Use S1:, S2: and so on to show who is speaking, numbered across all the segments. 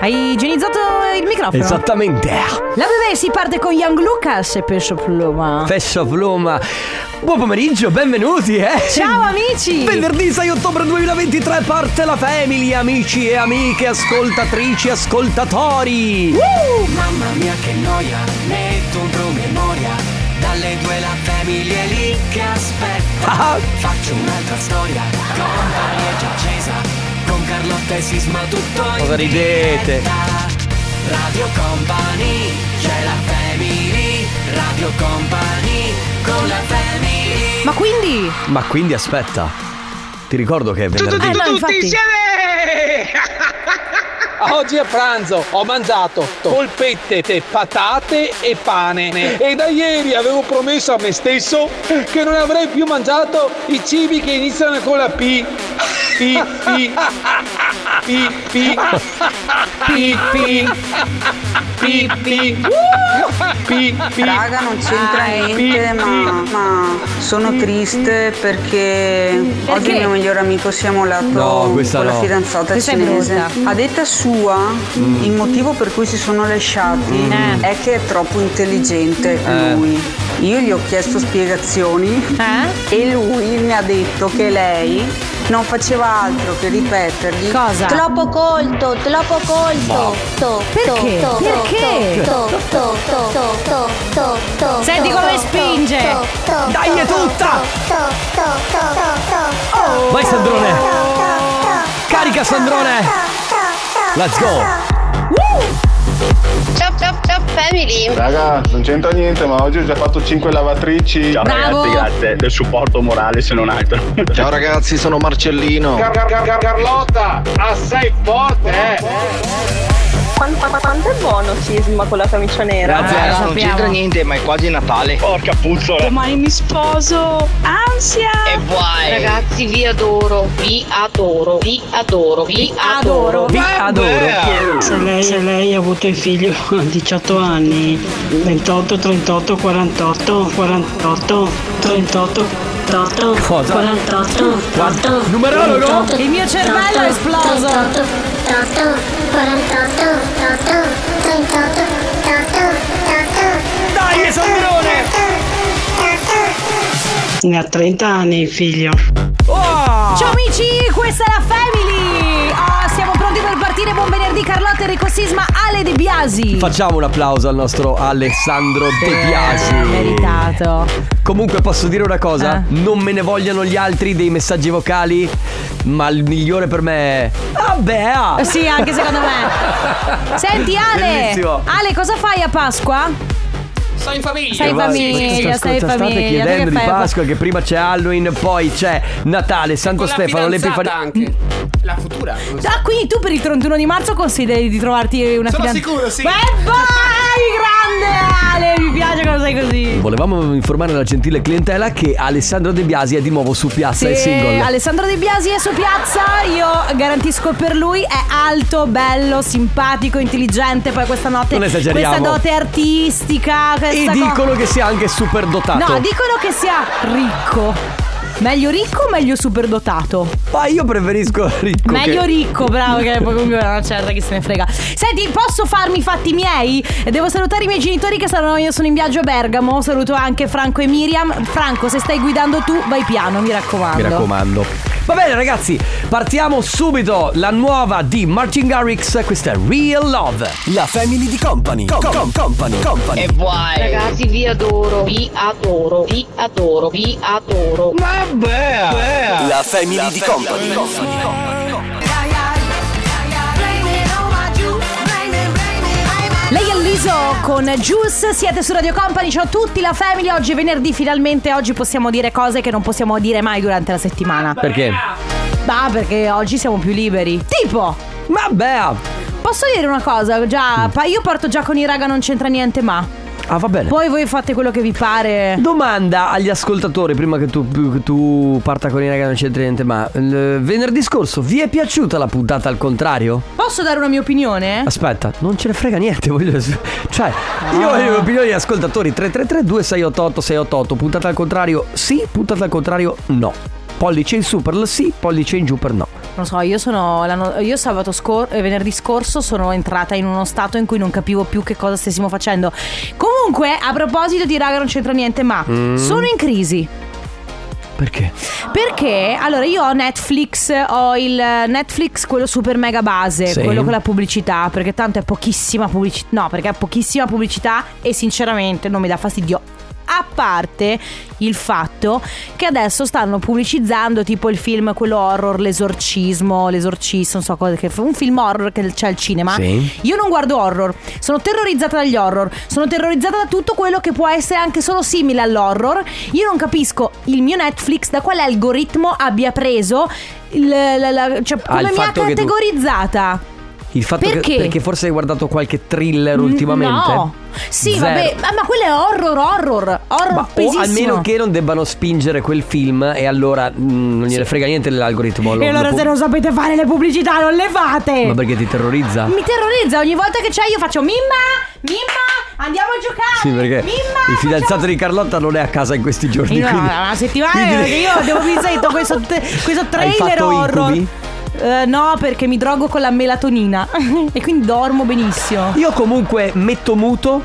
S1: Hai igienizzato il microfono?
S2: Esatto. Esattamente.
S1: La bebè si parte con Young Lucas e Peso Pluma.
S2: Fesso Pluma. Buon pomeriggio, benvenuti, eh.
S1: Ciao amici!
S2: Venerdì 6 ottobre 2023 parte la Family, amici e amiche, ascoltatrici, ascoltatori.
S3: Mamma mia che noia, metto un promemoria Dalle due la famiglia è lì che aspetta
S2: Ah,
S3: Faccio un'altra storia, compagni è già accesa Con Carlotta e Sisma tutto in
S2: Cosa ridete?
S3: diretta. Radio Company, c'è la family Radio Company, con la family
S1: Ma quindi?
S2: Ma quindi aspetta. Ti ricordo che è venerdì.
S1: Eh no, infatti.
S4: Oggi a pranzo ho mangiato polpette, te- patate e
S5: Eh,
S4: pane e da ieri avevo promesso a me stesso che non avrei più mangiato i cibi che iniziano con la P. P, P, P, P, P, P, P, P, P, P.
S6: Raga, non c'entra
S1: Ah,
S6: niente, ma, ma sono triste perché, oggi
S1: Perché?
S6: il mio migliore amico si è mollato
S2: No, questa
S6: con la
S2: no.
S6: fidanzata
S1: Questa è
S6: cinese.
S1: brutta.
S6: A detta sua,
S2: Mm.
S6: il motivo per cui si sono lasciati
S1: Mm. Eh.
S6: è che è troppo intelligente
S2: Eh.
S6: lui. Io gli ho chiesto spiegazioni
S1: Eh?
S6: e lui mi ha detto che lei non faceva altro che ripetergli
S1: Cosa?
S7: Troppo colto, troppo colto. To,
S1: Perché?
S7: to, to,
S1: Perché?
S7: to, to, to, to, to, to, to,
S1: Senti
S7: to,
S1: come
S7: to,
S1: spinge.
S7: to, to,
S2: Dai, è
S7: to,
S2: tutta! Oh.
S7: to, to, to, to, to, to,
S2: Vai Sandrone.
S7: to, to,
S2: Carica Sandrone. Let's go.
S8: Ciao ciao ciao family
S5: Raga, non c'entra niente, ma oggi ho già fatto 5 lavatrici. Ciao,
S1: Bravo!
S5: grazie del supporto morale se non altro. Ciao ragazzi, sono Marcellino.
S4: Carlotta, assai forte,
S9: Quanto, quanto è buono Sisma con la camicia nera?
S2: Grazie.
S1: lo sappiamo.
S5: niente, ma è quasi Natale. Porca puzzola.
S9: Domani mi sposo. Ansia!
S5: Vai.
S8: Ragazzi vi adoro, vi adoro, vi adoro, vi adoro
S2: Vi adoro.
S10: Se lei, se lei ha avuto il figlio a 18 anni, 28, 38, 48, 48, 38, 48,
S2: Cosa?
S10: 48, 48.
S2: Numerologo?
S1: Il mio cervello è esploso.
S2: Dai, Sandrone.
S10: Ne ha 30 anni il figlio.
S2: Oh!
S1: Ciao amici, questa è la Family. Ah, siamo pronti per partire. Buon venerdì Carlotta, Enrico Sisma, Ale De Biasi.
S2: Facciamo un applauso al nostro Alessandro De Biasi.
S1: Eh, meritato.
S2: Comunque posso dire una cosa,
S1: Eh.
S2: non me ne vogliano gli altri dei messaggi vocali, ma il migliore per me è... Vabbè! ah!
S1: Eh Sì, anche secondo me. Senti Ale,
S2: Bellissimo.
S1: Ale, cosa fai a Pasqua? Stai in
S2: Ma-
S1: famiglia,
S2: ma-
S1: stai in
S2: ascolta,
S1: famiglia.
S2: State
S1: Tu
S2: chiedendo
S1: che
S2: di
S1: fai a Pasqua?
S2: Pasqua che prima c'è Halloween, poi c'è Natale, Santo Stefano, Mm. l'Epifania.
S4: anche. La futura.
S1: Ah, quindi tu per il 31 di marzo consideri di trovarti una
S4: Sono
S1: fidanzata?
S4: sicuro, sì.
S1: Beh, vai, grande Ale, mi piace quando sei così.
S2: Volevamo informare la gentile clientela che Alessandro De Biasi è di nuovo su Piazza
S1: Se
S2: e single.
S1: Alessandro De Biasi è su piazza, io garantisco per lui è alto, bello, simpatico, intelligente, poi questa notte
S2: Non esageriamo.
S1: questa dote artistica,
S2: e
S1: questa co-
S2: dicono che sia anche super dotato.
S1: No, dicono che sia ricco. Meglio ricco o meglio superdotato?
S2: Ma io preferisco Ricco.
S1: Meglio
S2: che-
S1: ricco, bravo, che poi comunque una certa chi se ne frega. Senti, posso farmi i fatti miei? E Devo salutare i miei genitori che saranno, io sono in viaggio a Bergamo. Saluto anche Franco e Miriam. Franco, se stai guidando tu, vai piano, mi raccomando.
S2: Mi raccomando. Va bene ragazzi, partiamo subito. La nuova di Martin Garrix, questa è Real Love. Eh, La family di Company. company, company.
S5: E vai.
S8: Ragazzi vi adoro, vi adoro, vi adoro, vi adoro
S2: La family di Company.
S1: Lei è Liso con Juice, siete su Radio Company, ciao a tutti, la family, oggi è venerdì finalmente, oggi possiamo dire cose che non possiamo dire mai durante la settimana.
S2: Perché?
S1: Bah, perché oggi siamo più liberi. Tipo,
S2: Vabbè.
S1: posso dire una cosa, già, pa- io parto già con i raga non c'entra niente ma,
S2: Ah va bene.
S1: poi voi fate quello che vi pare.
S2: Domanda agli ascoltatori prima che tu, che tu parta con i ragazzi non c'entra niente ma il venerdì scorso vi è piaciuta la puntata al contrario?
S1: Posso dare una mia opinione?
S2: Aspetta, non ce ne frega niente, voglio cioè io voglio l'opinione degli ascoltatori 333 2688 688 puntata al contrario sì, puntata al contrario no. Pollice in su per il sì, pollice in giù per no.
S1: Non so, io sono. l'anno- Io sabato scor- eh, venerdì scorso sono entrata in uno stato in cui non capivo più che cosa stessimo facendo. Comunque, a proposito di raga, non c'entra niente, ma
S2: Mm.
S1: sono in crisi.
S2: Perché?
S1: Perché allora io ho Netflix, ho il Netflix quello super mega base,
S2: Sì.
S1: quello con la pubblicità, perché tanto è pochissima pubblicità, no, perché è pochissima pubblicità e sinceramente non mi dà fastidio. A parte il fatto che adesso stanno pubblicizzando tipo il film, quello horror, l'esorcismo, l'esorcista, non so cosa che un film horror che c'è al cinema.
S2: Sì.
S1: Io non guardo horror, sono terrorizzata dagli horror, sono terrorizzata da tutto quello che può essere anche solo simile all'horror. Io non capisco il mio Netflix da quale algoritmo abbia preso il- la- la- cioè,
S2: Ah, il
S1: come mi ha
S2: fatto che tu-
S1: categorizzata.
S2: Il fatto
S1: Perché?
S2: Che, perché forse hai guardato qualche thriller ultimamente?
S1: No. Sì,
S2: Zero.
S1: vabbè, ah, ma quello è horror, horror, horror
S2: Ma o
S1: pesissimo.
S2: almeno che non debbano spingere quel film e allora mm, non gliene frega niente l'algoritmo. lo-
S1: E allora
S2: lo pu-
S1: se non sapete fare le pubblicità non le fate.
S2: Ma perché ti terrorizza?
S1: Mi terrorizza ogni volta che c'è io faccio Mimma, Mimma, andiamo a giocare.
S2: Sì, perché
S1: Mimma,
S2: il fidanzato di Carlotta non è a casa in questi giorni.
S1: Io no,
S2: quindi-
S1: una settimana
S2: quindi-
S1: perché io devo finire questo, te- questo
S2: Hai
S1: trailer
S2: fatto
S1: horror.
S2: incubi?
S1: Eh, no, perché mi drogo con la melatonina e quindi dormo benissimo.
S2: Io comunque metto muto,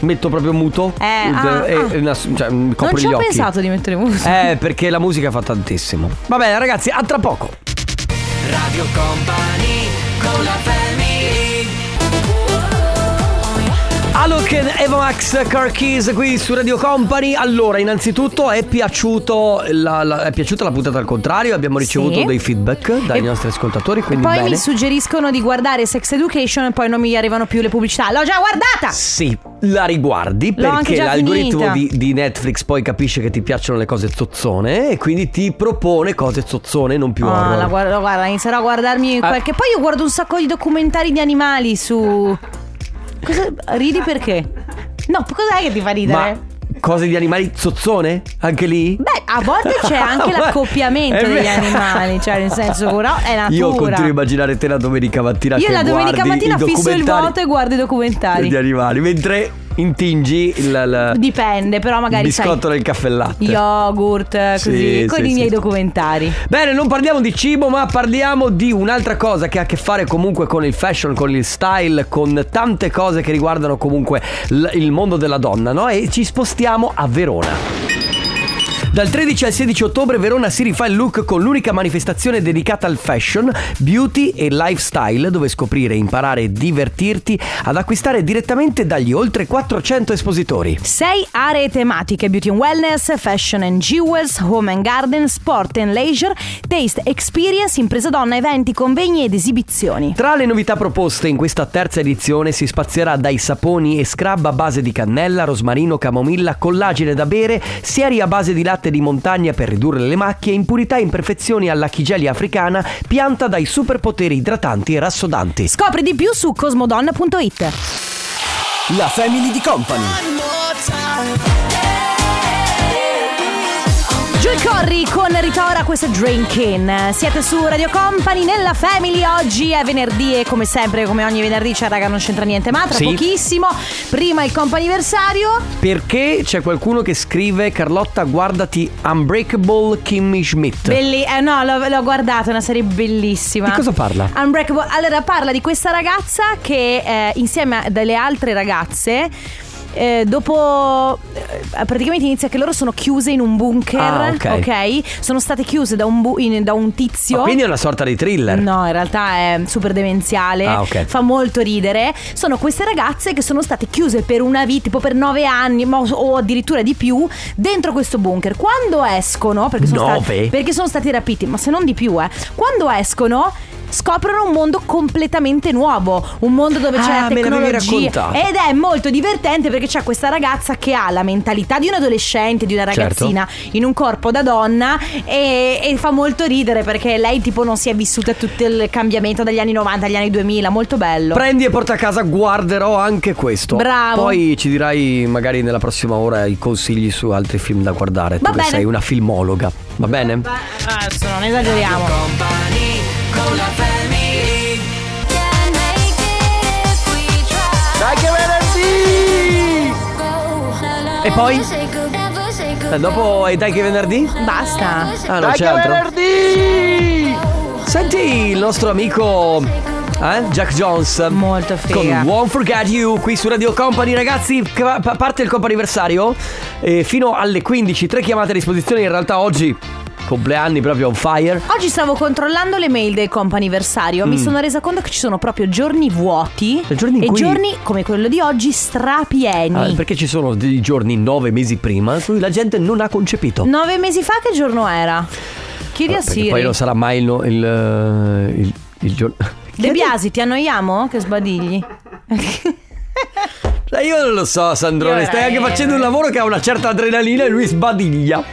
S2: metto proprio muto.
S1: Eh, ah,
S2: e-
S1: ah.
S2: e una- cioè, mi copro
S1: non ci
S2: gli
S1: ho
S2: occhi.
S1: pensato di mettere musica.
S2: Eh, perché la musica fa tantissimo. Va bene, ragazzi, a tra poco.
S3: Radio Company con la family
S2: Alok Eva Max Car Keys qui su Radio Company. Allora, innanzitutto è, piaciuto la, la- è piaciuta la puntata al contrario, abbiamo ricevuto
S1: Sì.
S2: dei feedback dai
S1: E-
S2: nostri ascoltatori, quindi
S1: Poi
S2: bene.
S1: mi suggeriscono di guardare Sex Education e poi non mi arrivano più le pubblicità. L'ho già guardata!
S2: Sì, la riguardi
S1: L'ho anche
S2: perché
S1: già
S2: l'algoritmo
S1: finita.
S2: di, di Netflix poi capisce che ti piacciono le cose zozzone e quindi ti propone cose zozzone, non più
S1: Ah,
S2: horror. Eh.
S1: la guardo, guarda, inizierò a guardarmi qualche. Poi io guardo un sacco di documentari di animali su. Cosa... Ridi perché? No, cos'è che ti fa ridere?
S2: Ma cose di animali zozzone? Anche lì?
S1: Beh, a volte c'è anche l'accoppiamento
S2: È
S1: degli
S2: vero.
S1: animali, cioè nel senso però è natura.
S2: Io continuo a immaginare te la domenica mattina
S1: Io
S2: che
S1: la domenica
S2: guardi
S1: mattina
S2: i
S1: fisso il
S2: documentari
S1: vuoto e guardo i documentari.
S2: degli animali, mentre intingi il, il-
S1: Dipende, però
S2: il
S1: magari sai
S2: biscotto eh, nel caffè latte.
S1: yogurt, così,
S2: Sì,
S1: con
S2: sì,
S1: i
S2: sì.
S1: miei documentari.
S2: Bene, non parliamo di cibo, ma parliamo di un'altra cosa che ha a che fare comunque con il fashion, con il style, con tante cose che riguardano comunque l- il mondo della donna, no? E ci spostiamo a Verona. Dal 13 al 16 ottobre Verona si rifà il look con l'unica manifestazione dedicata al fashion, beauty e lifestyle dove scoprire, imparare e divertirti ad acquistare direttamente dagli oltre 400 espositori.
S1: Sei aree tematiche: Beauty and Wellness, Fashion and Jewels, Home and Garden, Sport and Leisure, Taste Experience, Impresa Donna, eventi, convegni ed esibizioni.
S2: Tra le novità proposte in questa terza edizione si spazierà dai saponi e scrub a base di cannella, rosmarino, camomilla, collagene da bere, sieri a base di latte di montagna per ridurre le macchie, impurità e imperfezioni alla chigelia africana, pianta dai superpoteri idratanti e rassodanti.
S1: Scopri di più su cosmodonna.it.
S2: La Family di Company.
S1: Joy Corri con Ritora, questo è Drinkin. Siete su Radio Company nella Family. Oggi è venerdì e come sempre, come ogni venerdì, c'è raga, non c'entra niente, ma tra
S2: Sì.
S1: pochissimo. Prima il comp'anniversario.
S2: Perché c'è qualcuno che scrive Carlotta guardati Unbreakable Kimmy Schmidt.
S1: Belli- eh, no, l'ho, l'ho guardato, è una serie bellissima.
S2: Di cosa parla?
S1: Unbreakable. Allora, parla di questa ragazza che eh, insieme a delle altre ragazze. eh, dopo eh, praticamente inizia che loro sono chiuse in un bunker,
S2: Ah, ok.
S1: ok? Sono state chiuse da un, bu- in- da un tizio.
S2: Ma quindi è una sorta di thriller.
S1: No, in realtà è super demenziale.
S2: Ah, ok.
S1: Fa molto ridere. Sono queste ragazze che sono state chiuse per una vita, tipo per nove anni ma- o addirittura di più, dentro questo bunker. Quando escono, perché sono,
S2: Nove?
S1: stati, perché sono stati rapiti, ma se non di più, eh. Quando escono. Scoprono un mondo completamente nuovo, un mondo dove c'è
S2: Ah,
S1: la
S2: me l'avevi
S1: tecnologia
S2: raccontato.
S1: ed è molto divertente perché c'è questa ragazza che ha la mentalità di un adolescente, di una
S2: Certo.
S1: ragazzina in un corpo da donna e, e fa molto ridere perché lei tipo non si è vissuta tutto il cambiamento dagli anni 90 agli anni 2000, molto bello.
S2: Prendi e porta a casa, guarderò anche questo.
S1: Certo. Bravo.
S2: Poi ci dirai magari nella prossima ora i consigli su altri film da guardare.
S1: Va
S2: tu che
S1: bene.
S2: sei una filmologa, va bene?
S1: Adesso non esageriamo.
S3: Company con la family
S2: Dai che venerdì! E poi? Eh, dopo e dai che venerdì?
S1: Basta.
S2: Ah, non c'è altro. Senti il nostro amico eh, Jack Jones Molto
S1: figa.
S2: Con Won't Forget You qui su Radio Company Ragazzi che va- pa- parte il comp'anniversario eh, Fino alle 15 Tre chiamate a disposizione In realtà oggi Compleanni proprio on fire
S1: Oggi stavo controllando le mail del comp'anniversario. Mi
S2: Mm.
S1: sono resa conto che ci sono proprio giorni vuoti.
S2: E giorni in
S1: e
S2: cui-
S1: giorni come quello di oggi strapieni.
S2: Ah, Perché ci sono dei giorni Nove mesi prima in cui la gente non ha concepito
S1: Nove mesi fa che giorno era? Chiedi a
S2: Perché
S1: Siri.
S2: poi non sarà mai il, no- il, il, il giorno
S1: De Biasi, ti annoiamo? Che sbadigli.
S2: Eh, Io non lo so Sandrone
S1: Io
S2: Stai anche
S1: veramente.
S2: facendo un lavoro che ha una certa adrenalina E lui sbadiglia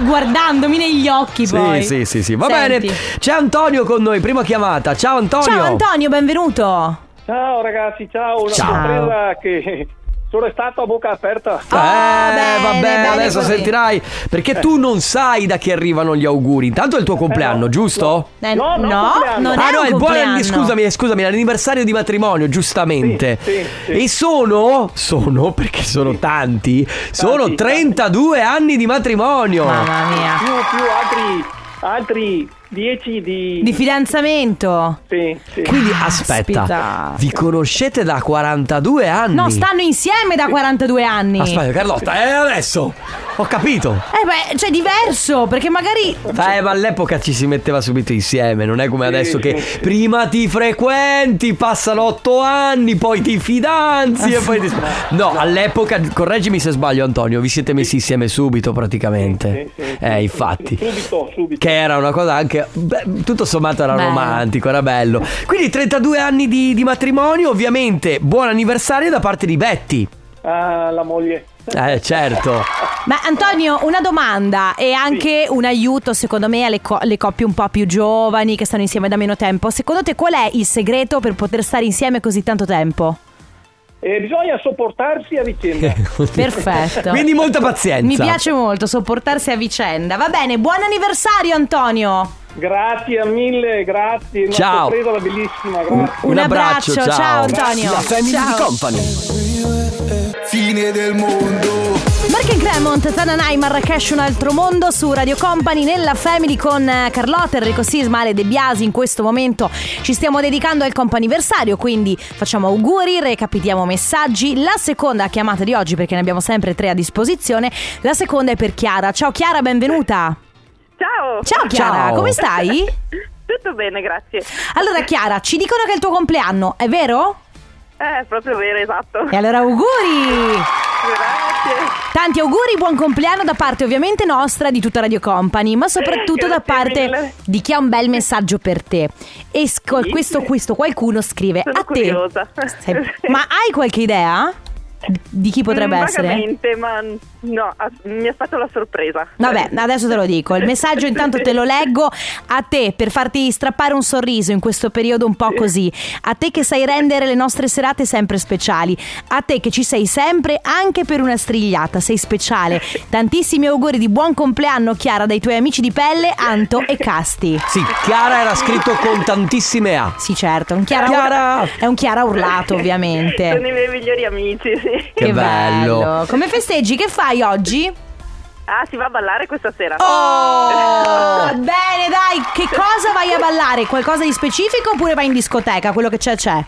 S1: Guardandomi negli occhi poi.
S2: Sì, sì, sì, sì. Va
S1: Senti.
S2: bene. C'è Antonio con noi, prima chiamata. Ciao Antonio.
S1: Ciao Antonio, benvenuto.
S11: Ciao ragazzi, ciao, una
S2: Ciao.
S11: sorpresa che sono stato a bocca aperta.
S2: Eh,
S1: Ah,
S2: vabbè, adesso sentirai. Perché tu non sai da chi arrivano gli auguri. Intanto è il tuo compleanno, giusto?
S1: Eh, no, Eh, non
S2: ah,
S1: è
S2: no,
S1: un
S2: è il buon
S1: compleanno.
S2: scusami, scusami, è l'anniversario di matrimonio, giustamente.
S1: Sì, sì, sì.
S2: E sono, sono, perché sono tanti, sono 32 anni di matrimonio.
S1: mia.
S11: Più, più altri, altri 10 di...
S1: Di fidanzamento.
S11: Sì, sì.
S2: Quindi aspetta, vi conoscete da 42 anni?
S1: No, stanno insieme da 42 anni.
S2: Aspetta, Carlotta, eh, adesso ho capito.
S1: Eh beh, cioè diverso, perché magari...
S2: Eh, ma all'epoca ci si metteva subito insieme, non è come adesso
S11: sì,
S2: che prima ti frequenti, passano otto anni, poi ti fidanzi e poi ti... No, all'epoca, correggimi se sbaglio Antonio, vi siete messi insieme subito praticamente. Eh, infatti.
S11: Subito, subito.
S2: Che era una cosa anche, beh, tutto sommato era
S11: Bello.
S2: romantico, era bello. Quindi 32 anni di, di matrimonio, ovviamente buon anniversario da parte di Betty.
S11: Ah, la moglie.
S2: Eh, certo.
S1: Ma Antonio, una domanda e anche un aiuto secondo me alle co- le coppie un po' più giovani che stanno insieme da meno tempo. Secondo te qual è il segreto per poter stare insieme così tanto tempo?
S11: E Eh, bisogna sopportarsi a vicenda.
S1: Perfetto.
S2: Quindi molta pazienza.
S1: Mi piace molto sopportarsi a vicenda. Va bene, buon anniversario Antonio.
S11: Grazie mille, grazie. Una
S2: Ciao.
S11: sorpresa bellissima, grazie.
S2: Un Un abbraccio, abbraccio, ciao. ciao, Antonio. La Family Ciao. Company.
S12: Fine del mondo.
S1: Mark and Cremont, Tananai, Marrakesh, un altro mondo su Radio Company nella Family con eh, Carlotta, Enrico Sisma, Ale De Biasi. In questo momento ci stiamo dedicando al comp'anniversario, quindi facciamo auguri, recapitiamo messaggi. La seconda chiamata di oggi, perché ne abbiamo sempre tre a disposizione, la seconda è per Chiara. Ciao Chiara, benvenuta.
S13: Ciao.
S1: Ciao Chiara, come stai?
S13: Tutto bene, grazie.
S1: Allora Chiara, ci dicono che è il tuo compleanno, è vero?
S13: Eh, è proprio vero, esatto.
S1: E allora auguri!
S13: Grazie.
S1: Tanti auguri, buon compleanno da parte ovviamente nostra di tutta Radio Company, ma soprattutto da parte di chi ha un bel messaggio per te. E sc- questo, questo qualcuno scrive
S13: Sono
S1: a te.
S13: curiosa.
S1: Sei- ma hai qualche idea di- di chi potrebbe
S13: Mm,
S1: essere?
S13: Vagamente, ma no, as- mi aspetto la sorpresa.
S1: Vabbè, adesso te lo dico. Il messaggio intanto te lo leggo a te per farti strappare un sorriso in questo periodo un po' così. A te che sai rendere le nostre serate sempre speciali. A te che ci sei sempre anche per una strigliata. Sei speciale. Tantissimi auguri di buon compleanno, Chiara, dai tuoi amici di pelle, Anto e Casti.
S2: Sì, Chiara era scritto con tantissime A.
S1: Sì, certo. Un Chiara, È un Chiara urlato, ovviamente.
S13: Sono i miei migliori amici, sì.
S2: Che bello.
S1: Come festeggi? Che fai oggi?
S13: Ah, si va a ballare questa sera.
S1: Oh, bene, dai, che cosa vai a ballare? Qualcosa di specifico oppure vai in discoteca? Quello che c'è c'è.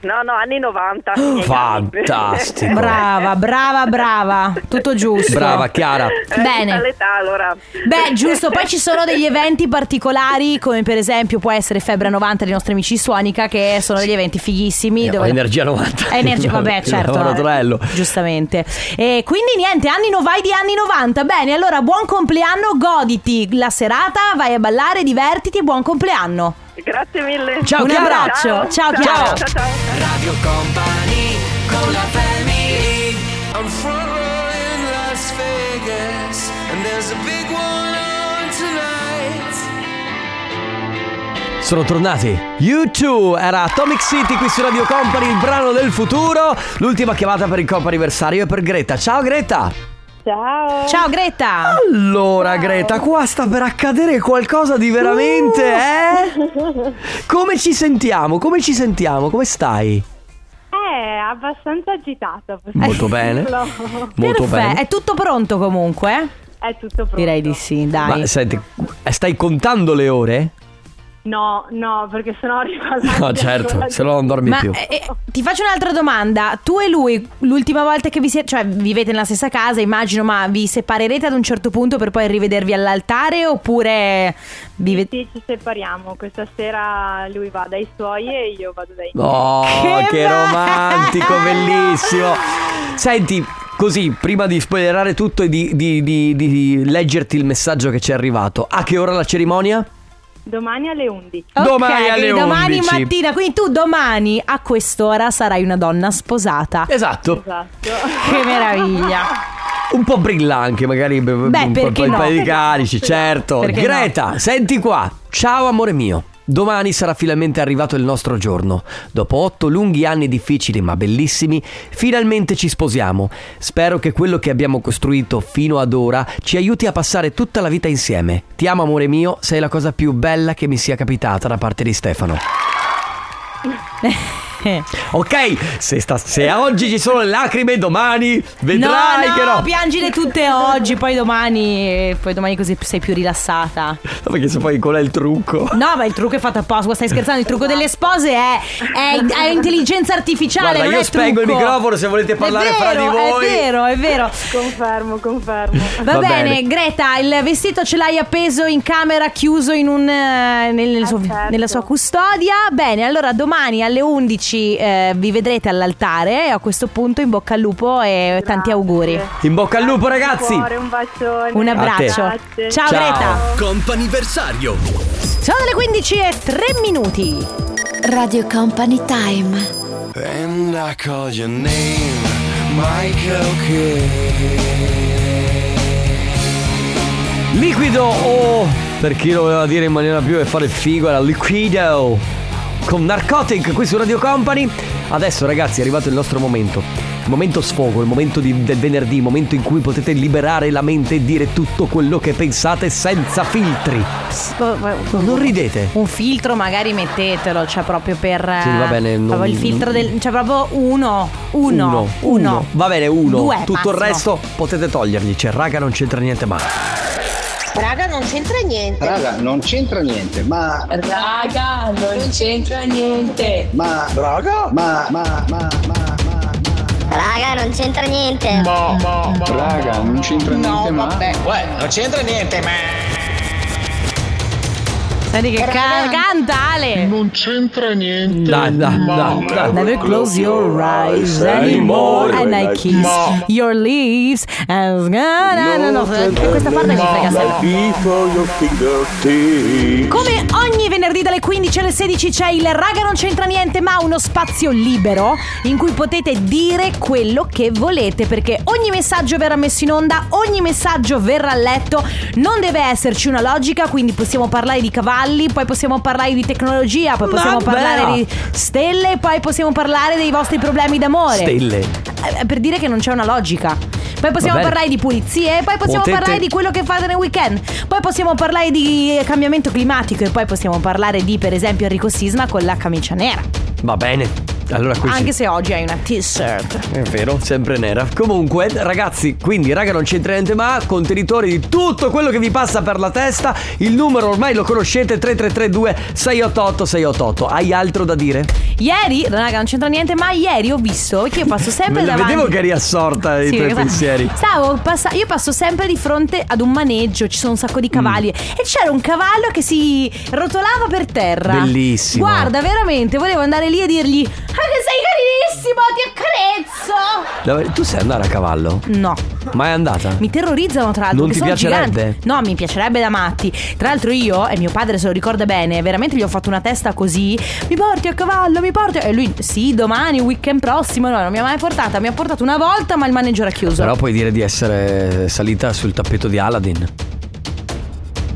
S13: No, no, anni 90. miei
S2: Fantastico.
S1: Brava, brava, brava. Tutto giusto.
S2: Brava Chiara.
S13: cari. Eh,
S1: Bene.
S13: tutta l'età, allora.
S1: Beh, giusto, poi ci sono degli eventi particolari, come per esempio può essere Febbre 90 dei nostri amici Suonica, che sono degli eventi fighissimi.
S2: Ho
S1: Dove...
S2: Energia 90.
S1: Energia, vabbè, certo.
S2: Lavoratorello.
S1: Giustamente. E quindi niente, anni no- vai di anni 90. Bene, allora buon compleanno, goditi la serata, vai a ballare, divertiti e buon compleanno.
S13: Grazie mille.
S1: Ciao, Un Chiara. abbraccio. Ciao, Chiara.
S13: Ciao, ciao.
S3: Radio Company con la family I'm front row in Las Vegas And there's a big one on tonight
S2: Sono tornati. YouTube era Atomic City qui su Radio Company, il brano del futuro. L'ultima chiamata per il compo anniversario è per Greta. Ciao Greta.
S13: Ciao.
S1: Ciao Greta.
S2: Allora Greta, qua sta per accadere qualcosa di veramente, eh?
S1: Uh.
S2: Come ci sentiamo? Come ci sentiamo? Come stai?
S14: Eh, È abbastanza agitata. possiamo
S1: Eh,
S2: Molto bene.
S14: dirlo.
S2: Molto bene.
S1: È tutto pronto comunque?
S14: È tutto pronto.
S1: Direi di sì, dai.
S2: eh, Ma senti, stai contando le ore?
S14: No, no, perché sennò arriva
S2: No, certo, se no non dormi
S1: Ma
S2: più.
S1: eh, eh, ti faccio un'altra domanda. Tu e lui, l'ultima volta che vi siete, cioè vivete nella stessa casa, immagino, ma vi separerete ad un certo punto per poi rivedervi all'altare oppure vive-
S14: Sì, ci separiamo. Questa sera lui va dai suoi e io vado dai miei.
S2: Oh, che, romantico, bellissimo. Senti, così, prima di spoilerare tutto e di, di- di- di leggerti il messaggio che ci è arrivato, a che ora la cerimonia?
S14: Domani alle 11.
S1: Ok,
S2: Domani alle
S1: quindi domani
S2: 11.
S1: mattina, quindi tu domani a quest'ora sarai una donna sposata.
S2: Esatto.
S14: Esatto.
S1: Che meraviglia.
S2: Un po' brilla anche, magari be- un, po'-
S1: perché
S2: un
S1: no?
S2: paio di calici,
S1: Perché no?
S2: certo.
S1: Perché
S2: Greta, senti qua. Ciao amore mio. Domani sarà finalmente arrivato il nostro giorno. Dopo otto lunghi anni difficili ma bellissimi, finalmente ci sposiamo. Spero che quello che abbiamo costruito fino ad ora ci aiuti a passare tutta la vita insieme. Ti amo amore mio, sei la cosa più bella che mi sia capitata da parte di Stefano. Ok, se, sta- se oggi ci sono le lacrime, domani vedrai
S1: no, no,
S2: che no.
S1: piangile tutte oggi, poi domani, poi domani così sei più rilassata.
S2: No, Perché se poi qual è il trucco?
S1: No, ma il trucco è fatto apposta, stai scherzando, il trucco delle spose è, è- è intelligenza artificiale,
S2: Guarda,
S1: non
S2: io
S1: è
S2: spengo il
S1: trucco.
S2: microfono se volete
S1: È
S2: parlare
S1: vero,
S2: fra di voi.
S1: È vero, è vero.
S14: Confermo, confermo.
S1: Va,
S2: Va
S1: bene,
S2: bene.
S1: Greta, il vestito ce l'hai appeso in camera, chiuso in un, eh, nel- nel suo- nella sua custodia. Bene, allora domani alle 11 eh, vi vedrete all'altare e a questo punto in bocca al lupo e tanti auguri.
S2: In bocca al lupo, ragazzi!
S14: Cuore, un bacione.
S1: Un abbraccio.
S14: A te.
S1: Ciao, Greta.
S2: Comp'anniversario!
S1: Sono le 15 e 3 minuti.
S15: Radio Company Time.
S3: And I call your name, Michael Kidd.
S2: Liquido o per chi lo voleva dire in maniera più e fare il figo era liquido con Narcotic qui su Radio Company. Adesso ragazzi è arrivato il nostro momento. Il momento sfogo, il momento di- del venerdì, il momento in cui potete liberare la mente e dire tutto quello che pensate senza filtri. Non ridete.
S1: Un filtro magari mettetelo, cioè proprio per... eh,
S2: Sì, va bene, non-
S1: proprio il filtro del... Cioè proprio uno. Uno.
S2: uno,
S1: uno.
S2: Va bene, uno.
S1: Due,
S2: Tutto il
S1: massimo.
S2: resto potete togliergli. Cioè, raga, non c'entra niente male.
S8: Raga, non c'entra niente.
S5: non c'entra niente, ma.
S8: Raga, non c'entra niente.
S5: Ma. Raga? Ma, ma, ma, ma.
S7: Raga, non c'entra niente.
S5: Raga, non c'entra niente, ma.
S4: non c'entra niente, ma.
S1: Senti che ca- canta Ale. Non c'entra niente.
S2: Dai, dai, dai, dai.
S1: Never close your eyes anymore and I kiss your lips and no, no, no, questa parte mi frega sempre. Come ogni venerdì dalle 15 alle 16 c'è il Raga non c'entra niente ma uno spazio libero in cui potete dire quello che volete perché ogni messaggio verrà messo in onda, ogni messaggio verrà letto, non deve esserci una logica quindi possiamo parlare di cavalli, poi possiamo parlare di tecnologia, poi possiamo
S2: Vabbè.
S1: parlare di stelle, poi possiamo parlare dei vostri problemi d'amore.
S2: Stelle.
S1: Eh, Per dire che non c'è una logica. Poi possiamo
S2: Va bene.
S1: parlare di pulizie, poi possiamo
S2: Potete-
S1: parlare di quello che fate nel weekend, poi possiamo parlare di eh, cambiamento climatico e poi possiamo parlare di, per esempio, Enrico Sisma con la camicia nera.
S2: Va bene. Allora qui
S1: Anche se oggi hai una t-shirt.
S2: È vero, sempre nera. Comunque, ragazzi, quindi, raga, non c'entra niente, ma contenitori di tutto quello che vi passa per la testa. Il numero ormai lo conoscete: 3332 688 688. Hai altro da dire?
S1: Ieri, raga, non c'entra niente, ma ieri ho visto che io passo sempre
S2: Me la
S1: davanti.
S2: vedevo che eri assorta i
S1: Sì,
S2: tuoi
S1: perché
S2: pensieri.
S1: Stavo passa- io passo sempre di fronte ad un maneggio, ci sono un sacco di cavalli
S2: Mm.
S1: e c'era un cavallo che si rotolava per terra.
S2: Bellissimo.
S1: Guarda, veramente, volevo andare lì e dirgli "Ah, che sei carinissimo, ti
S2: Dove- Tu sai andare a cavallo?
S1: accarezzo". No.
S2: Ma è andata?
S1: Mi terrorizzano tra l'altro.
S2: Non
S1: perché
S2: ti
S1: sono
S2: piacerebbe?
S1: giganti. No, mi piacerebbe da matti. Tra l'altro io, e mio padre se lo ricorda bene, veramente gli ho fatto una testa così. Mi porti a cavallo, mi porti. E lui, sì, domani, weekend prossimo. No, non mi ha mai portata. Mi ha portato una volta, ma il maneggio era chiuso.
S2: Però puoi dire di essere salita sul tappeto di Aladdin.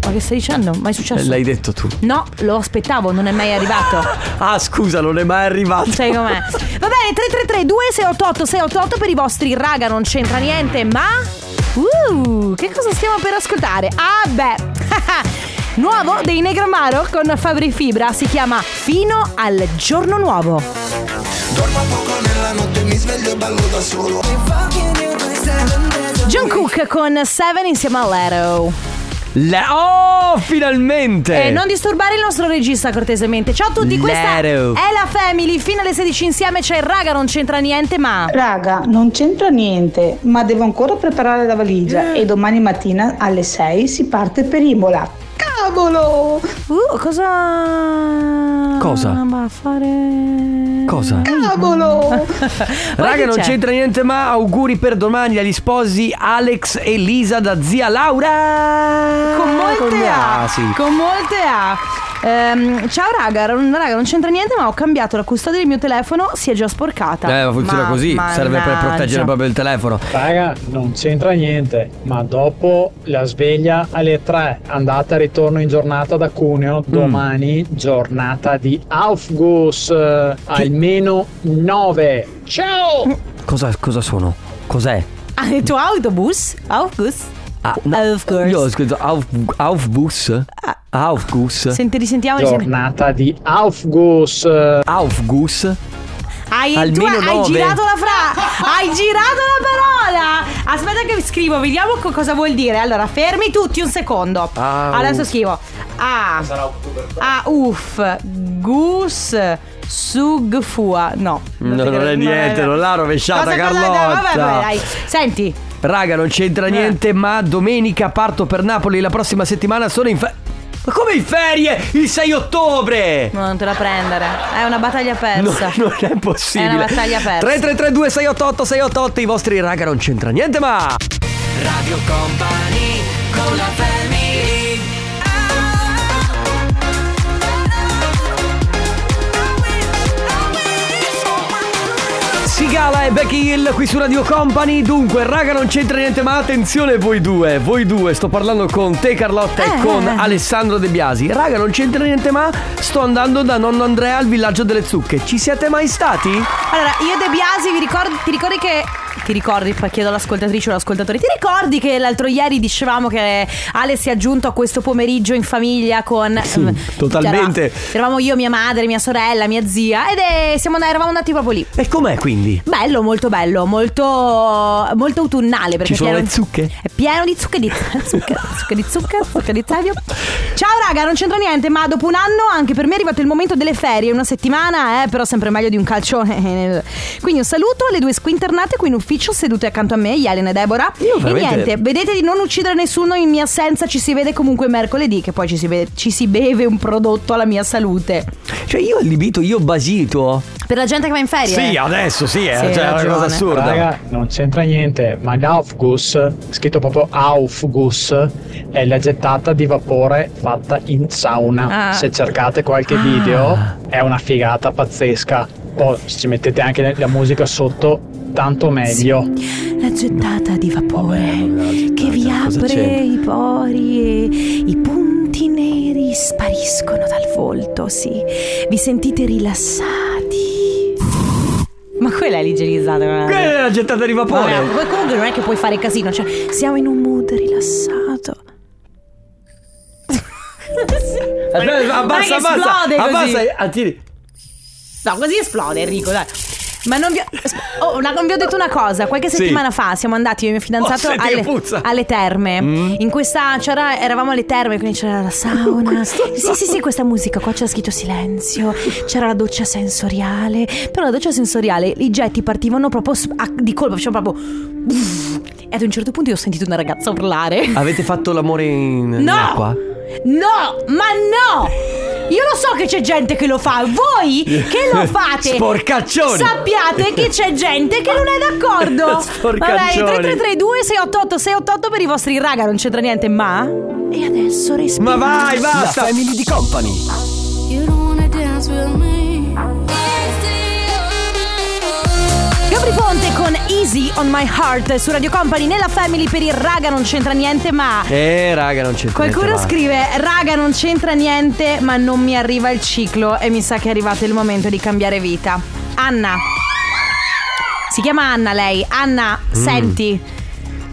S1: Ma che stai dicendo? Mai successo?
S2: L'hai detto tu.
S1: No, lo aspettavo, non è mai arrivato.
S2: Ah, scusa, non è mai arrivato.
S1: Sai com'è? Va bene, 333 2688 688 per i vostri raga, non c'entra niente, ma uh, che cosa stiamo per ascoltare? Ah beh. Nuovo dei Negramaro con Fabri Fibra si chiama Fino al giorno nuovo. John Cook con Seven insieme a Lero.
S2: La- oh, finalmente!
S1: Eh, non disturbare il nostro regista cortesemente. Ciao a tutti, questa
S2: Lero.
S1: è la Family. Fino alle 16 insieme c'è il raga, non c'entra niente, ma.
S16: Raga, non c'entra niente, ma devo ancora preparare la valigia e domani mattina alle 6 si parte per Imola. Cavolo!
S1: Uh, cosa.
S2: Cosa?
S1: Va a fare.
S2: Cosa?
S16: Cavolo!
S2: Raga,
S1: chi
S2: non
S1: c'è?
S2: c'entra niente, ma auguri per domani agli sposi Alex e Lisa da zia Laura.
S1: Con molte A.
S2: Ah, sì.
S1: Con molte A. Ehm, ciao raga, non- raga, non c'entra niente, ma ho cambiato la custodia del mio telefono, si è già sporcata.
S2: Eh, ma funziona
S1: Ma-
S2: così, serve per
S1: mannaggia.
S2: proteggere proprio il telefono.
S17: Raga, non c'entra niente, ma dopo la sveglia alle 3, Eh, andata e ritorno in giornata da Cuneo,
S1: Mm.
S17: domani giornata di Aufguss, eh, almeno 9. Ciao!
S2: Cosa, cosa sono? Cos'è?
S1: Ha detto Ah, autobus? Autobus?
S2: Ah, no, Io ho scritto auf, Aufbus.
S1: Ah.
S2: Aufguss.
S1: Senti, risentiamo
S17: Giornata di Aufguss.
S2: Aufguss.
S1: Hai, tu
S2: Almeno
S1: hai hai
S2: nove.
S1: girato la fra Hai girato la parola Aspetta che scrivo Vediamo co- cosa vuol dire Allora fermi tutti un secondo
S2: Ah,
S1: Adesso
S2: uff.
S1: scrivo A A uff Gus Sugfua No
S2: No, non è niente, non l'ha rovesciata
S1: Cosa- cosa-
S2: Carlotta.
S1: Vabbè, vabbè, dai. Senti
S2: Raga, non c'entra niente, ma domenica parto per Napoli. La prossima settimana sono in ferie. Ma come in ferie? Il 6 ottobre!
S1: no, Non te la prendere È una battaglia
S2: No,
S1: persa
S2: non è possibile.
S1: È una battaglia persa.
S2: 3332 688 688 i vostri raga non c'entra niente, ma
S3: Radio Company con la family.
S2: Sigala e Becky Hill qui su Radio Company. Dunque, raga, non c'entra niente, ma attenzione voi due, voi due, sto parlando con te Carlotta
S1: Eh.
S2: e con Alessandro De Biasi. Raga, non c'entra niente, ma sto andando da nonno Andrea al villaggio delle zucche. Ci siete mai stati?
S1: Allora, io e De Biasi, vi ricordo, ti ricordi che. Ti ricordi, poi chiedo all'ascoltatrice o all'ascoltatore, ti ricordi che l'altro ieri dicevamo che Ale si è aggiunto a questo pomeriggio in famiglia con... ehm,
S2: totalmente.
S1: era- eravamo io, mia madre, mia sorella, mia zia ed è- siamo andati, eravamo andati proprio lì.
S2: E com'è quindi?
S1: Bello, molto bello, molto, molto autunnale. Perché
S2: Ci sono
S1: pieno-
S2: le zucche?
S1: È pieno di zucche di zucche, zucche di zucca, zucche di savio. Ciao raga, non c'entra niente, ma dopo un anno anche per me è arrivato il momento delle ferie. Una settimana, eh, però sempre meglio di un calcione. Quindi un saluto alle due squinternate qui in ufficio, sedute accanto a me, Yelena e Deborah. e
S2: veramente-
S1: niente, vedete di non uccidere nessuno in mia assenza. Ci si vede comunque mercoledì, che poi ci si, be- ci si beve un prodotto alla mia salute.
S2: Cioè, io libito, io basito.
S1: Per la gente che va in ferie.
S2: Sì, adesso sì, eh,
S1: Sì, hai
S2: cioè, è una cosa
S1: ragione.
S2: assurda.
S17: Raga, non c'entra niente, ma l'Aufguss, scritto proprio Aufguss, è la gettata di vapore fatta in sauna.
S18: Ah.
S17: Se cercate qualche video, è una figata pazzesca. Poi se ci mettete anche la musica sotto, tanto meglio.
S1: La gettata di vapore che vi
S17: cosa
S1: apre
S17: c'entra?
S1: i pori e i punti neri spariscono dal volto, sì. Vi sentite rilassati. Ma quella è ligerizzata. non è-
S2: Quella è la gettata di vapore.
S1: Vabbè, poi comunque non è che puoi fare casino, cioè siamo in un mood rilassato.
S2: Aspetta, Eh, abbassa,
S1: Ma che
S2: abbassa,
S1: esplode così?
S2: abbassa, attiri.
S1: No, così esplode Enrico, dai. Ma non vi, ho, asp- oh, una- non vi ho detto una cosa, qualche
S2: Sì.
S1: settimana fa siamo andati io e il mio fidanzato
S2: Oh, senti che
S1: alle,
S2: puzza.
S1: alle terme.
S2: Mm.
S1: In questa c'era, eravamo alle terme, quindi c'era la sauna. sì, sì, sì, questa musica qua c'era scritto silenzio, c'era la doccia sensoriale. Però la doccia sensoriale, i getti partivano proprio s- a- di colpo, facevano proprio. E ad un certo punto io ho sentito una ragazza urlare.
S2: Avete fatto l'amore in, in
S1: No!
S2: acqua?
S1: No, ma no! Io lo so che c'è gente che lo fa, voi che lo fate!
S2: Sporcaccioni!
S1: Sappiate che c'è gente che non è d'accordo!
S2: Sporcaccioni!
S1: 3332 688 688 per i vostri raga, non c'entra niente, ma. E adesso respiro.
S2: Ma vai, basta!
S1: La
S2: family di company!
S1: Gabri Ponte con Easy on My Heart su Radio Company nella Family per il raga, non c'entra niente, ma.
S2: Eh, raga, non c'è
S1: Qualcuno scrive, raga non c'entra niente ma non mi arriva il ciclo e mi sa che è arrivato il momento di cambiare vita. Anna. Si chiama Anna lei. Anna,
S2: Mm.
S1: senti,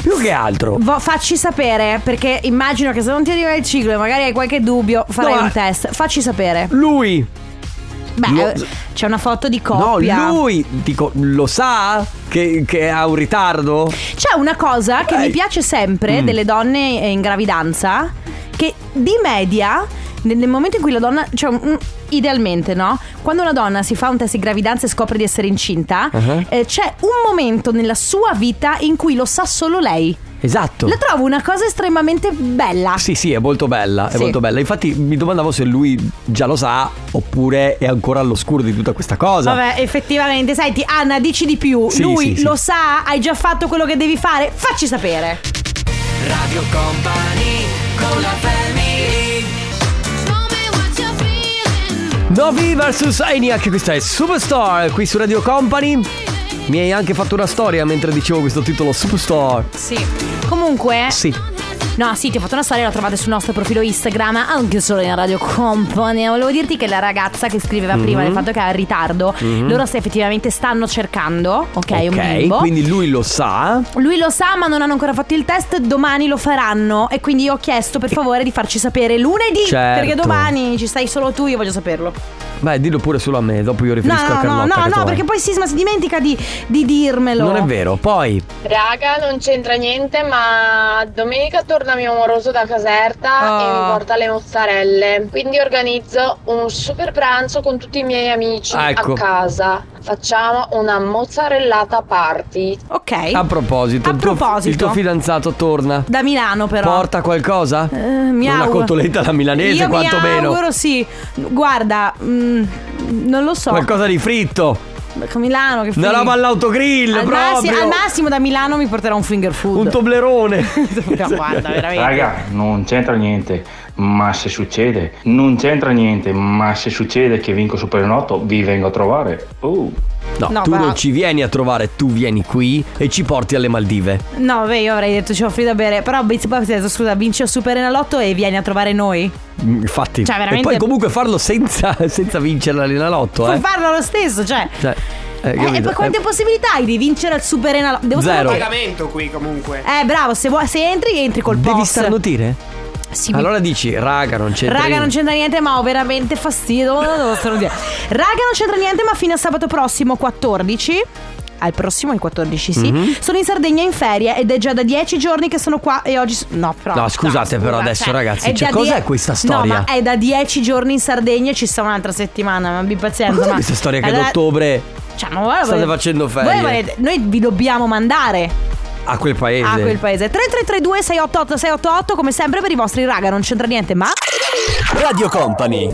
S2: Più che altro.
S1: vo- facci sapere perché immagino
S2: eh.
S1: che se non ti arriva il ciclo e magari hai qualche dubbio farai
S2: No, ma-
S1: un test. Facci sapere.
S2: Lui
S1: Beh, eh,
S2: Lo-
S1: c'è una foto di
S2: No,
S1: coppia.
S2: lui, dico, lo sa che, che ha un ritardo?
S1: C'è una cosa che mi piace sempre
S2: Mm.
S1: delle donne eh, in gravidanza, che di media, nel, nel momento in cui la donna, cioè mm, idealmente no, quando una donna si fa un test di gravidanza e scopre di essere incinta,
S2: Ah.
S1: eh, c'è un momento nella sua vita in cui lo sa solo lei.
S2: Esatto.
S1: La trovo una cosa estremamente bella.
S2: Sì, sì, è molto bella, è
S1: Sì.
S2: molto bella. Infatti mi domandavo se lui già lo sa oppure è ancora all'oscuro di tutta questa cosa.
S1: Vabbè, effettivamente, senti, Anna, dici di più.
S2: Sì,
S1: Lui
S2: sì,
S1: lo sa, hai già fatto quello che devi fare. Facci sapere.
S3: Radio Company con la family.
S2: Novi vs Eniac, questa è Superstar qui su Radio Company. Mi hai anche fatto una storia mentre dicevo questo titolo Superstar.
S1: Sì. Comunque.
S2: Sì.
S1: No, sì, ti ho fatto una storia, la trovate sul nostro profilo Instagram, anche solo in Radio Company. Volevo dirti che la ragazza che scriveva prima
S2: Mhm.
S1: del fatto che era in ritardo,
S2: Mhm.
S1: loro se effettivamente stanno cercando, ok, un
S2: Ok,
S1: bimbo.
S2: quindi lui lo sa.
S1: Lui lo sa, ma non hanno ancora fatto il test, domani lo faranno. E quindi io ho chiesto per favore di farci sapere lunedì.
S2: Certo.
S1: Perché domani ci stai solo tu, io voglio saperlo.
S2: Beh, dillo pure solo a me, dopo io
S1: No,
S2: riferisco a
S1: no, no,
S2: Carlotta.
S1: no,
S2: che
S1: no,
S2: tu-
S1: perché poi Sisma si dimentica di, di dirmelo.
S2: Non è vero, poi.
S8: Raga, non c'entra niente, ma domenica torna mio amoroso da Caserta e
S2: Ah.
S8: mi porta le mozzarelle. Quindi organizzo un super pranzo con tutti i miei amici
S2: Ah, ecco.
S8: a casa. Facciamo una mozzarellata party.
S1: Ok.
S2: A proposito, il tuo-
S1: proposito.
S2: il tuo fidanzato torna.
S1: Da Milano però.
S2: Porta qualcosa?
S1: Eh, mi
S2: Una
S1: auguro-
S2: cotoletta alla milanese,
S1: Io Mi
S2: quantomeno.
S1: auguro sì. Guarda, mm, non lo so.
S2: Qualcosa di fritto.
S1: Con Milano che
S2: Una
S1: figo.
S2: roba all'autogrill,
S1: al, massi-
S2: proprio.
S1: al massimo da Milano mi porterà un finger food.
S2: Un toblerone.
S1: Guarda, veramente.
S18: Raga, non c'entra niente, ma se succede, non c'entra niente, ma se succede che vinco Superenotto, vi vengo a trovare. Oh.
S2: No,
S1: No,
S2: tu
S1: però-
S2: non ci vieni a trovare, tu vieni qui e ci porti alle Maldive.
S1: No, vabbè, io avrei detto ci offri da bere. Però Biz Bob ti ha detto, scusa, vinci a Super Enalotto e vieni a trovare noi.
S2: Mm, Infatti.
S1: Cioè, veramente-
S2: E poi comunque farlo senza, senza vincere l'Arenalotto,
S1: Puoi
S2: eh.
S1: farlo lo stesso, cioè.
S2: Cioè, eh,
S1: Eh, e
S2: capito?
S1: poi quante
S2: Eh,
S1: possibilità hai di vincere al Super Enalotto? Devo
S2: Zero.
S1: stare
S19: Pagamento qui comunque.
S1: Eh, bravo, se, vuoi, se entri, entri col
S2: Devi
S1: boss.
S2: starnutire?
S1: Sì, mi-
S2: Allora dici, raga, non c'entra
S1: Raga, non
S2: niente.
S1: c'entra niente, ma ho veramente fastidio. Non devo stare un dia- Raga, non c'entra niente, ma fino a sabato prossimo, 14. Al prossimo, il 14, sì.
S2: Mhm.
S1: Sono in Sardegna in ferie ed è già da 10 giorni che sono qua e oggi. s- No, però.
S2: No, scusate però adesso, ragazzi,
S1: è
S2: cioè,
S1: da
S2: cos'è
S1: die-
S2: questa
S1: No,
S2: storia?
S1: ma è da 10 giorni in Sardegna e ci sta un'altra settimana. Ma vi pazienza.
S2: Ma cos'è
S1: ma-
S2: questa storia che ad
S1: Allora-
S2: ottobre
S1: Cioè, ma voi-
S2: state facendo ferie?
S1: voi volete- noi vi dobbiamo mandare.
S2: a quel paese?
S1: A quel paese 3332 688 688 Come sempre per i vostri raga Non c'entra niente ma
S2: Radio Company.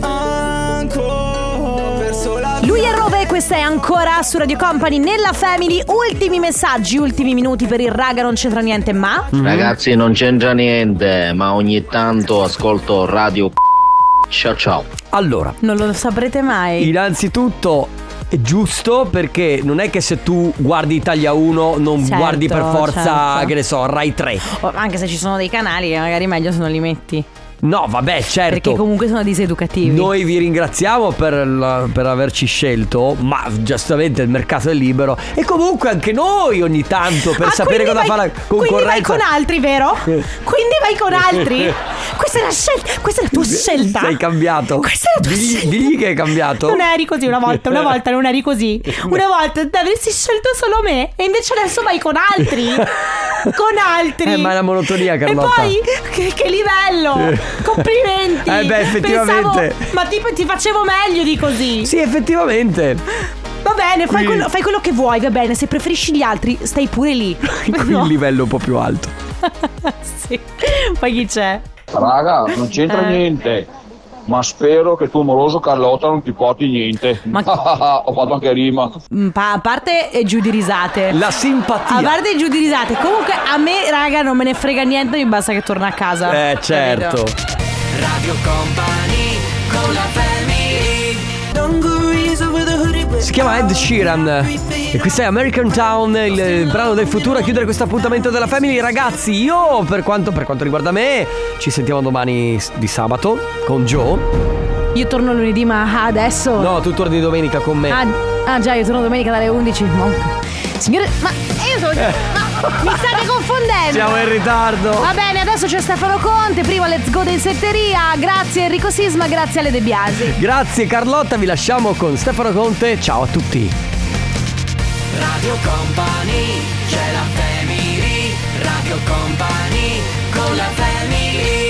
S1: Lui è Rove, questa è ancora su Radio Company nella Family. Ultimi messaggi, ultimi minuti per il raga, non c'entra niente, ma.
S2: Mm.
S20: Ragazzi, non c'entra niente, ma ogni tanto ascolto radio. Ciao ciao.
S2: Allora,
S1: Non lo saprete mai.
S2: Innanzitutto è giusto perché non è che se tu guardi Italia 1 non
S1: Certo,
S2: guardi per forza,
S1: certo.
S2: che ne so, Rai 3.
S1: O Oh, anche se ci sono dei canali che magari è meglio se non li metti.
S2: No, vabbè, certo.
S1: Perché comunque sono diseducativi.
S2: Noi vi ringraziamo per, la- per averci scelto, ma giustamente il mercato è libero e comunque anche noi ogni tanto per
S1: Ah,
S2: sapere
S1: quindi
S2: cosa fa
S1: vai-
S2: la concorrenza.
S1: Quindi vai con altri, vero?
S2: Eh.
S1: Quindi vai con altri? Questa è la scelta, questa è la tua scelta.
S2: Sei cambiato.
S1: Questa è la tua
S2: digli,
S1: scelta.
S2: digli che hai cambiato.
S1: Non eri così una volta, una volta non eri così. Una volta avresti scelto solo me e invece adesso vai con altri. Con altri.
S2: Eh, ma è la monotonia,
S1: E
S2: Carlotta.
S1: poi che, che livello!
S2: Eh.
S1: Complimenti!
S2: Eh beh, effettivamente.
S1: Pensavo- ma tipo ti facevo meglio di così.
S2: Sì, effettivamente.
S1: Va bene, fai
S2: Quindi-
S1: quello, fai quello che vuoi, va bene. Se preferisci gli altri, stai pure lì.
S2: Qui
S1: No,
S2: il livello è un po' più alto.
S1: sì. Poi chi c'è?
S21: Raga, non c'entra
S1: Eh.
S21: niente. Ma spero che tuo amoroso Carlotta non ti porti niente. Ho fatto anche rima.
S1: Mm, pa- a parte eh, giù di risate.
S2: La simpatia.
S1: A parte giù di risate. Comunque a me, raga, non me ne frega niente, mi basta che torna a casa.
S2: Eh, certo.
S1: Capito?
S3: Radio Company con la family. Dungarees with a hoodie
S2: Si chiama Ed Sheeran e questa è American Town, il, il brano del futuro a chiudere questo appuntamento della Family. Ragazzi, io per quanto, per quanto riguarda me, ci sentiamo domani s- di sabato con Joe.
S1: Io torno lunedì, ma adesso.
S2: No, tu torni domenica con me.
S1: Ah, ah, già, io torno domenica dalle 11. Monca. Eh. Signore, ma io sono. Ma mi state confondendo.
S2: Siamo in ritardo.
S1: Va bene, adesso. adesso c'è Stefano Conte, prima Let's Go del Setteria. Grazie Enrico Sisma, grazie alle De Biasi.
S2: Grazie Carlotta, vi lasciamo con Stefano Conte. Ciao a tutti.
S3: Radio Company, c'è la family, Radio Company, con la family.